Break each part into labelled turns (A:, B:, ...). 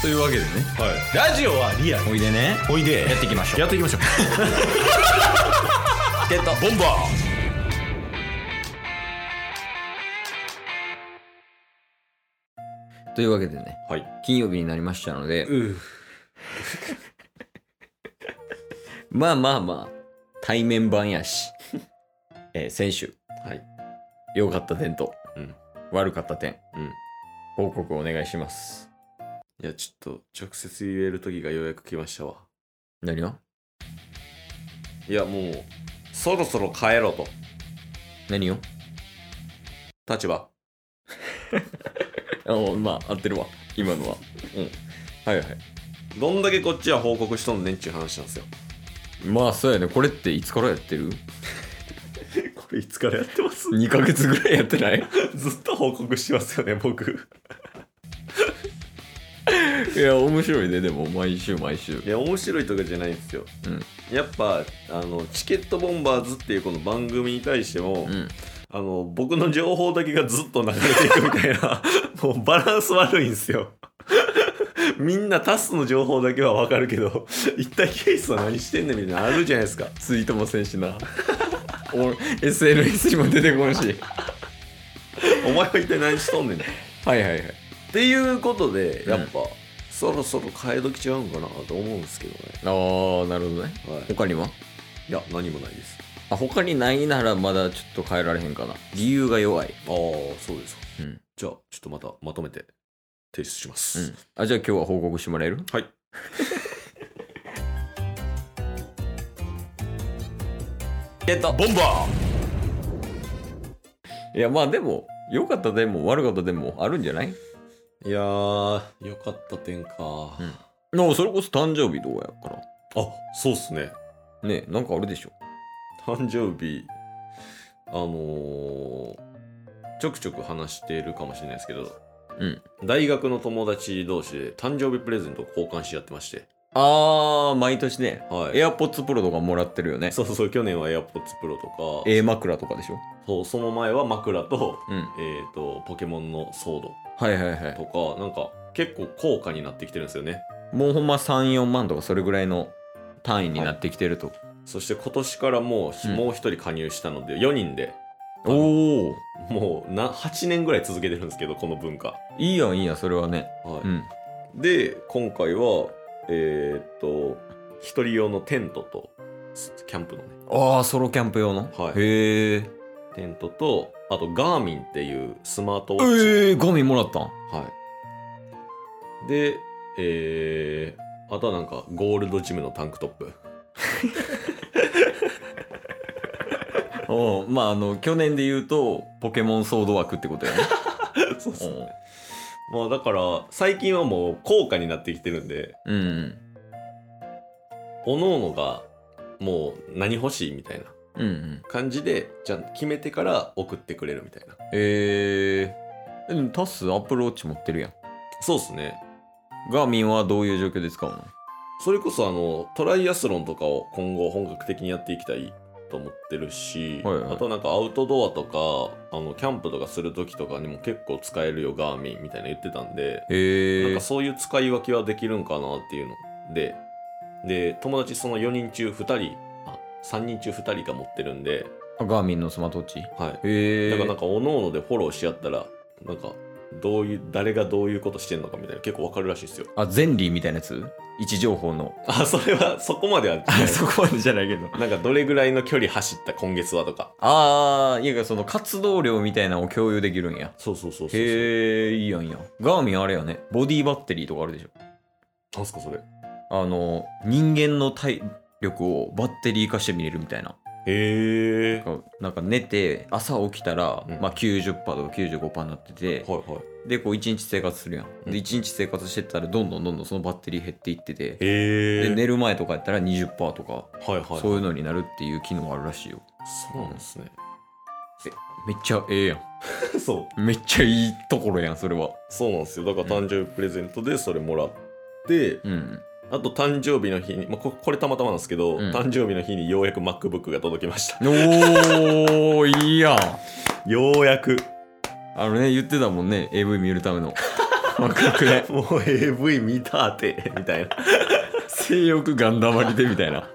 A: というわけでね
B: はい、ラジオはリアル
A: おいでね
B: おいで
A: やっていきましょう
B: やっていきましょう
A: ってた
B: ボンバ
A: というわけでね
B: ーはい
A: 金曜日になりましたので
B: う
A: まあまあまあ対面版や し、えー先週
B: はい
A: 良かった点と、
B: うん
A: 悪かった点
B: うん
A: 報告お願いします
B: いやちょっと直接言える時がようやく来ましたわ
A: 何が
B: いやもうそろそろ帰ろうと
A: 何を
B: 立場
A: あおまあ合ってるわ今のはうんはいはい
B: どんだけこっちは報告しとんねんっちゅう話なんですよ
A: まあそうやねこれっていつからやってる
B: これいつからやってます
A: ?2 ヶ月ぐらいやって ない
B: ずっと報告してますよね僕
A: いや面白いねでも毎週毎週
B: いや面白いとかじゃないんですよ
A: うん
B: やっぱあのチケットボンバーズっていうこの番組に対しても、
A: うん
B: あの僕の情報だけがずっと流れていくみたいな もうバランス悪いんですよ みんなタスの情報だけはわかるけど 一体ケイスは何してんねんみたいなのあるじゃないですか
A: ツイートもせんしな お SNS にも出てこんし
B: お前は一体何しとんねんっ
A: はいはいはい
B: ていうことで
A: うん
B: やっぱ、そろそろ替え時ちゃうんかなと思うんですけどね
A: ああなるほどね
B: はい
A: 他にはい
B: や何もないです
A: あ他にないならまだちょっと変えられへんかな理由が弱い
B: ああそうですか
A: うん、
B: じゃあちょっとまたまとめて提出します、
A: うん、あじゃあ今日は報告してもらえる
B: はい
A: えっと
B: ボンバー
A: いやまあでも良かったでも悪かったでもあるんじゃない
B: いやー、よかった点か。
A: んのそれこそ誕生日どうやから
B: あ、そうっすね。
A: ねなんかあるでしょ
B: 誕生日、あのー、ちょくちょく話しているかもしれないですけど、
A: うん
B: 大学の友達同士で誕生日プレゼントを交換し合ってまして、
A: あー毎年ね
B: はい。
A: AirPods Pro とかもらってるよね
B: そうそうそう、去年は AirPods Pro とか、
A: A 枕とかでしょ
B: そうその前は枕と、
A: うん
B: えー、と、ポケモンのソー
A: はいはいは
B: ドとか、なんか、結構高価になってきてるんですよね。
A: いもうほんま34万とかそれぐらいの単位になってきてると、
B: そして今年からもう、
A: うん
B: もう一人加入したので、4人で
A: おお
B: もうな8年ぐらい続けてるんですけどこの文化、
A: いいやんいいやんそれはね
B: はい
A: うん
B: で今回はえーっと一人用のテントとすキャンプのね
A: ああソロキャンプ用の、
B: はい
A: へえ
B: テントとあとガーミンっていうスマートウォッチ、
A: ええー、ゴミもらったん
B: はいでえー、あとはなんかゴールドジムのタンクトップ
A: おまああの去年で言うとポケモンソード枠ってことやね
B: そうそうまあだから最近はもう高価になってきてるんで
A: うんうん
B: おののがもう何欲しいみたいな
A: うんうん
B: 感じでじゃあ決めてから送ってくれるみたいな
A: ええー、でもタスアップルウォッチ持ってるやん
B: そうっすね
A: ガーミンはどういう状況で使うの
B: それこそあのトライアスロンとかを今後本格的にやっていきたいと思ってるし、
A: はいはい
B: あとなんかアウトドアとかあのキャンプとかする時とかにも結構使えるよガーミンみたいな言ってたんで、
A: へ
B: なん
A: え
B: かそういう使い分けはできるんかなっていうのでで友達その4人中2人あ3人中2人が持ってるんで、
A: ガーミンのスマートウォッチへ
B: はい、
A: え
B: だからなんかおのおのでフォローし合ったらなんかどういう誰がどういうことしてんのかみたいな結構わかるらしいですよ
A: あゼンリーみたいなやつ位置情報 の
B: あそれはそこまでは
A: こまでじゃないけど
B: なんかどれぐらいの距離走った今月はとか。
A: ああいやその活動量みたいなのを共有できるんや
B: そうそうそうそう。
A: へえいいやんいいやんガーミンあれやねボディバッテリーとかあるでしょ
B: なんすかそれ。へ
A: あの人間の体力をバッテリー化して見れるみたいな
B: え。
A: なんかなんか寝て朝起きたら、
B: うん
A: まあ、90%とか95%になってて、
B: はいはい。
A: でこう1日生活するやん、
B: うん
A: で1日生活してたらどんどんどんどんそのバッテリー減っていってて、
B: へえ。
A: で寝る前とかやったら20%とか、
B: はいはい。
A: そういうのになるっていう機能があるらしいよ
B: そうなんですね。
A: めっちゃええや
B: そう。
A: んめっちゃいいところやんそれは
B: そうなんですよ。だから誕生日プレゼントでそれもらって、
A: うん
B: あと誕生日の日に、まあ、ここれたまたまなんですけ
A: う
B: ど、
A: ん
B: 誕生日の日にようやく MacBook が届きました。
A: おーいいやん
B: ようやく。
A: あのね言ってたもんね AV 見るための若くね
B: もう AV 見たって みたいな
A: 性欲がんだまりでみ たいなは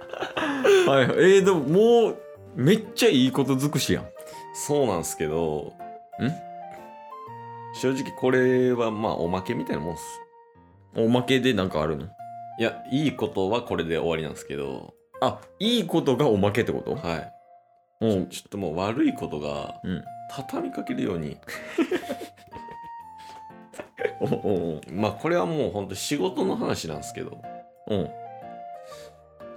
A: いえー、でももうめっちゃいいこと尽くしやん
B: そうなんすけど正直これはまあおまけみたいなもんっす
A: おまけでなんかあるの
B: いやいいことはこれで終わりなんですけど
A: あいいことがおまけってこと
B: はい
A: もう
B: ちょっともう悪いことが
A: うん
B: 畳みかけるように
A: おお
B: まあこれはもうほんと仕事の話なんですけど
A: おうん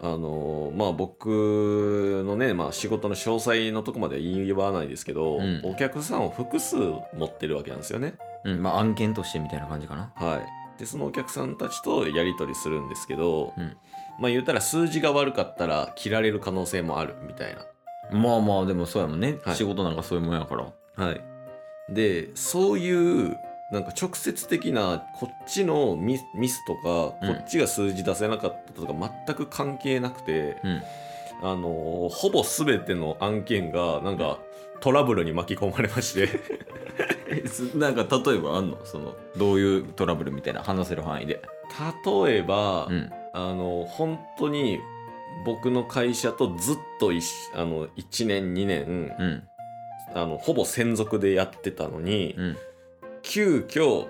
B: あのーまあ僕のね、まあ、仕事の詳細のとこまでは言わないですけど、
A: うん
B: お客さんを複数持ってるわけなんですよね
A: うんまあ案件としてみたいな感じかな
B: はいでそのお客さんたちとやり取りするんですけど、
A: うん
B: まあ言うたら数字が悪かったら切られる可能性もあるみたい
A: まあまあでもそうやもんね、
B: はい
A: 仕事なんかそういうもんやから
B: なはいでそういうなんか直接的なこっちのミスミスとかこ
A: うん
B: っちが数字出せなかったとか全く関係なくて、
A: うん
B: あのーほぼ全ての案件がなんかトラブルに巻き込まれまして
A: えすなんか例えばあんのそのどういうトラブルみたいな話せる範囲で
B: 例えば、
A: うん
B: あの本当に僕の会社とずっと一緒あの1年2年、
A: うん
B: あのほぼ専属でやってたのに、
A: うん
B: 急遽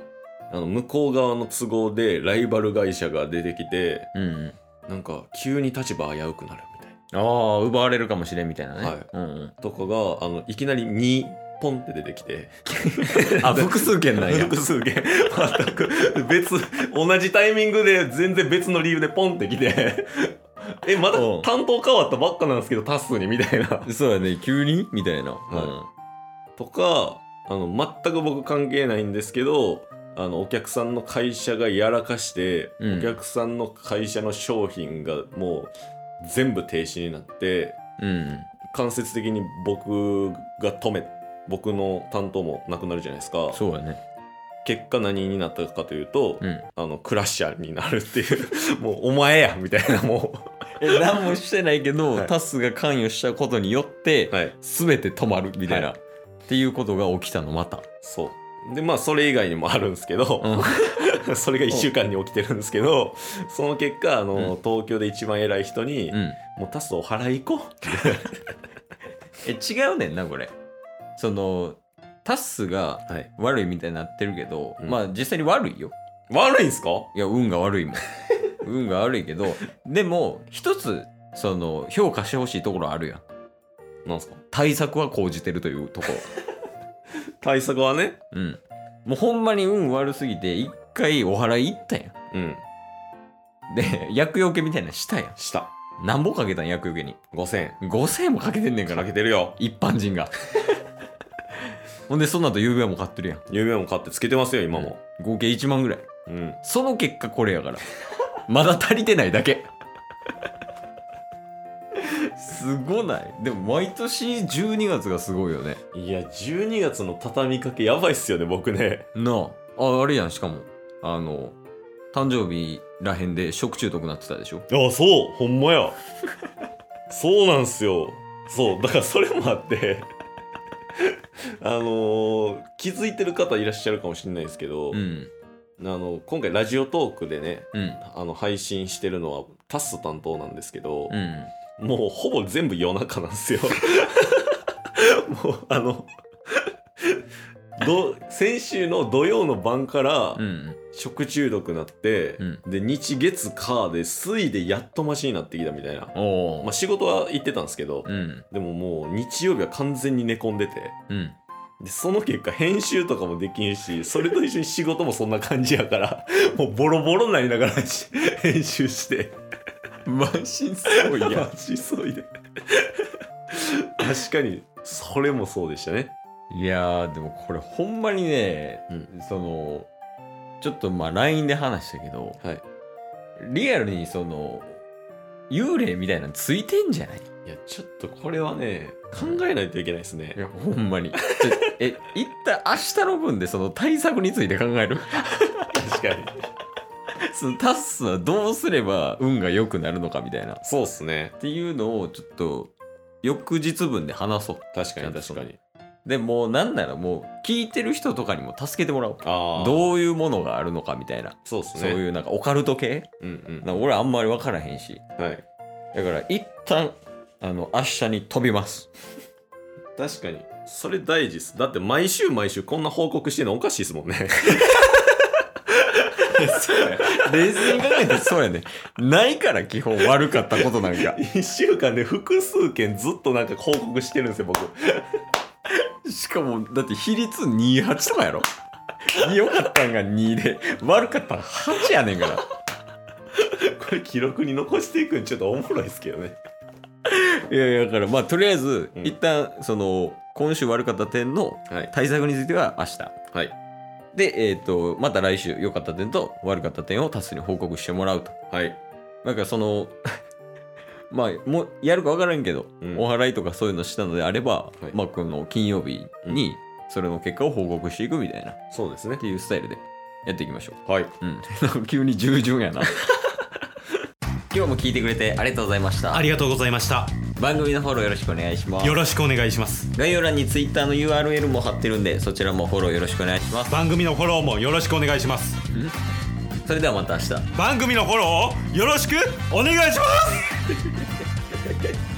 B: あの向こう側の都合でライバル会社が出てきて
A: うんうん
B: なんか急に立場危うくなるみたいな
A: ああ奪われるかもしれんみたいなね、
B: はい
A: うんうん、
B: とかがあのいきなり2ポンって出てきて
A: あ複数件なんや
B: 複数件全く別同じタイミングで全然別の理由でポンってきてえまだ
A: うん
B: 担当変わったばっかなんですけどタスにみたいな
A: そうやね急にみたいな、
B: とかあの全く僕関係ないんですけどあのお客さんの会社がやらかして、
A: うん
B: お客さんの会社の商品がもう全部停止になって
A: うんうん
B: 間接的に僕が止め僕の担当もなくなるじゃないですか
A: そうやね
B: 結果何になったかというと、
A: うん
B: あのクラッシャーになるっていう もうお前やみたいなも
A: え何もしてないけど、
B: はい
A: タスが関与したことによって、
B: うはい
A: 全て止まるみたいな、
B: は
A: っていうことが起きたのまた、
B: そうでまあそれ以外にもあるんですけ ど、
A: うん
B: それが1週間に起きてるんですけどその結果あの、
A: うん
B: 東京で一番偉い人に「
A: うん、
B: もうタスお払い行こう」って
A: え違うねんなこれそのタスが
B: はい、
A: 悪いみたいになってるけど、
B: うん
A: まあ実際に悪いよ
B: 悪いんすか
A: いや運が悪い もん運が悪いけどでも一つその評価してほしいところあるやん
B: なんすか
A: 対策は講じてるという とこ
B: 対策はね
A: ろうんもうほんまに運悪すぎて一回お払い行ったや
B: うん
A: んで厄除けみたいなのしたや
B: した
A: んなんぼかけたん厄除けに
B: 5000円
A: 5000円もかけてんねんか
B: からけてるよ
A: 一般 人がほんでその後ゆうべも買ってるやん
B: 指輪も買ってつけてますよ今も
A: 合計1万ぐらい
B: うん
A: その結果これやからまだ足りてないだ けすごないでも毎年12月がすごいよね
B: いや12月の畳みかけやばいっすよね僕ね
A: なあああれやんしかもあの誕生日らへんで食中毒なってたでしょ
B: あそうほんま やそうなんすよそうだからそれもあって あのー気づいてる方いらっしゃるかもしれないですけど、
A: うん
B: あの今回ラジオトークでね
A: うん
B: あの配信してるのはタッス担当なんですけど
A: う、ん
B: もうほぼ全部夜中なんですよ もうあのど先週の土曜の晩から
A: うん
B: 食中毒なって、
A: うん
B: で日月火で水でやっとマシになってきたみたいな、
A: おお
B: まあ、仕事は行ってたんですけど、
A: うん
B: でももう日曜日は完全に寝込んでて
A: うん
B: でその結果編集とかもできんしそれと一緒に仕事もそんな感じやから もうボロボロになりながらし編集して
A: マジそう
B: いや急いで確かにそれもそうでしたね
A: いやーでもこれほんまにね、
B: うん
A: そのちょっとまあ LINE で話したけど、
B: はい
A: リアルにその幽霊みたいなのついてんじゃないい
B: いやちょっとこれはね考えないといけないですね
A: やほんまにちょえ一旦明日の分でその対策について考える
B: 確かに
A: そのタッスはどうすれば運が良くなるのかみたいなっ
B: そうっすね
A: ていうのをちょっと翌日分で話そう
B: 確か
A: ち
B: に
A: ゃんと
B: 確かに
A: でもうなんならもう聞いてる人とかにも助けてもらおう
B: ああ
A: どういうものがあるのかみたいな
B: そうです
A: そう
B: ね
A: いうなんかオカルト系
B: うん
A: なんか俺あんまり分からへんし
B: うんはい
A: だから一旦あの明日に飛びます
B: 確かにそれ大事ですだって毎週毎週こんな報告してるのおかしいですもん ね
A: 冷静に考えて そうやねないから基本悪かったことなんか
B: 1週間で複数件ずっとなんか報告してるんですよ僕
A: しかもだって比率28とかや ろ良かったんが2で悪かったん8やねんから
B: これ記録に残していくんちょっとおもろいですけどね
A: いやいやだからまあとりあえず、
B: うん
A: 一旦その今週悪かった点の
B: はい
A: 対策については明日
B: はい
A: でえっ、とまた来週良かった点と悪かった点をタスに報告してもらうと
B: はい
A: なんかその まあもうやるか分からんけど、
B: うん
A: お払いとかそういうのしたのであれば、
B: はい
A: まあこの金曜日にそれの結果を報告していくみたいなっ
B: そうですね
A: ていうスタイルでやっていきましょう
B: はい
A: うん、 なんか急に従順やな 今日も聞いてくれてありがとうございました
C: ありがとうございました
A: 番組のフォローよろしくお願いします
C: よろしくお願いします
A: 概要欄に Twitter の URL も貼ってるんでそちらもフォローよろしくお願いします
C: 番組のフォローもよろしくお願いします
A: それではまた明日
C: 番組のフォローをよろしくお願いします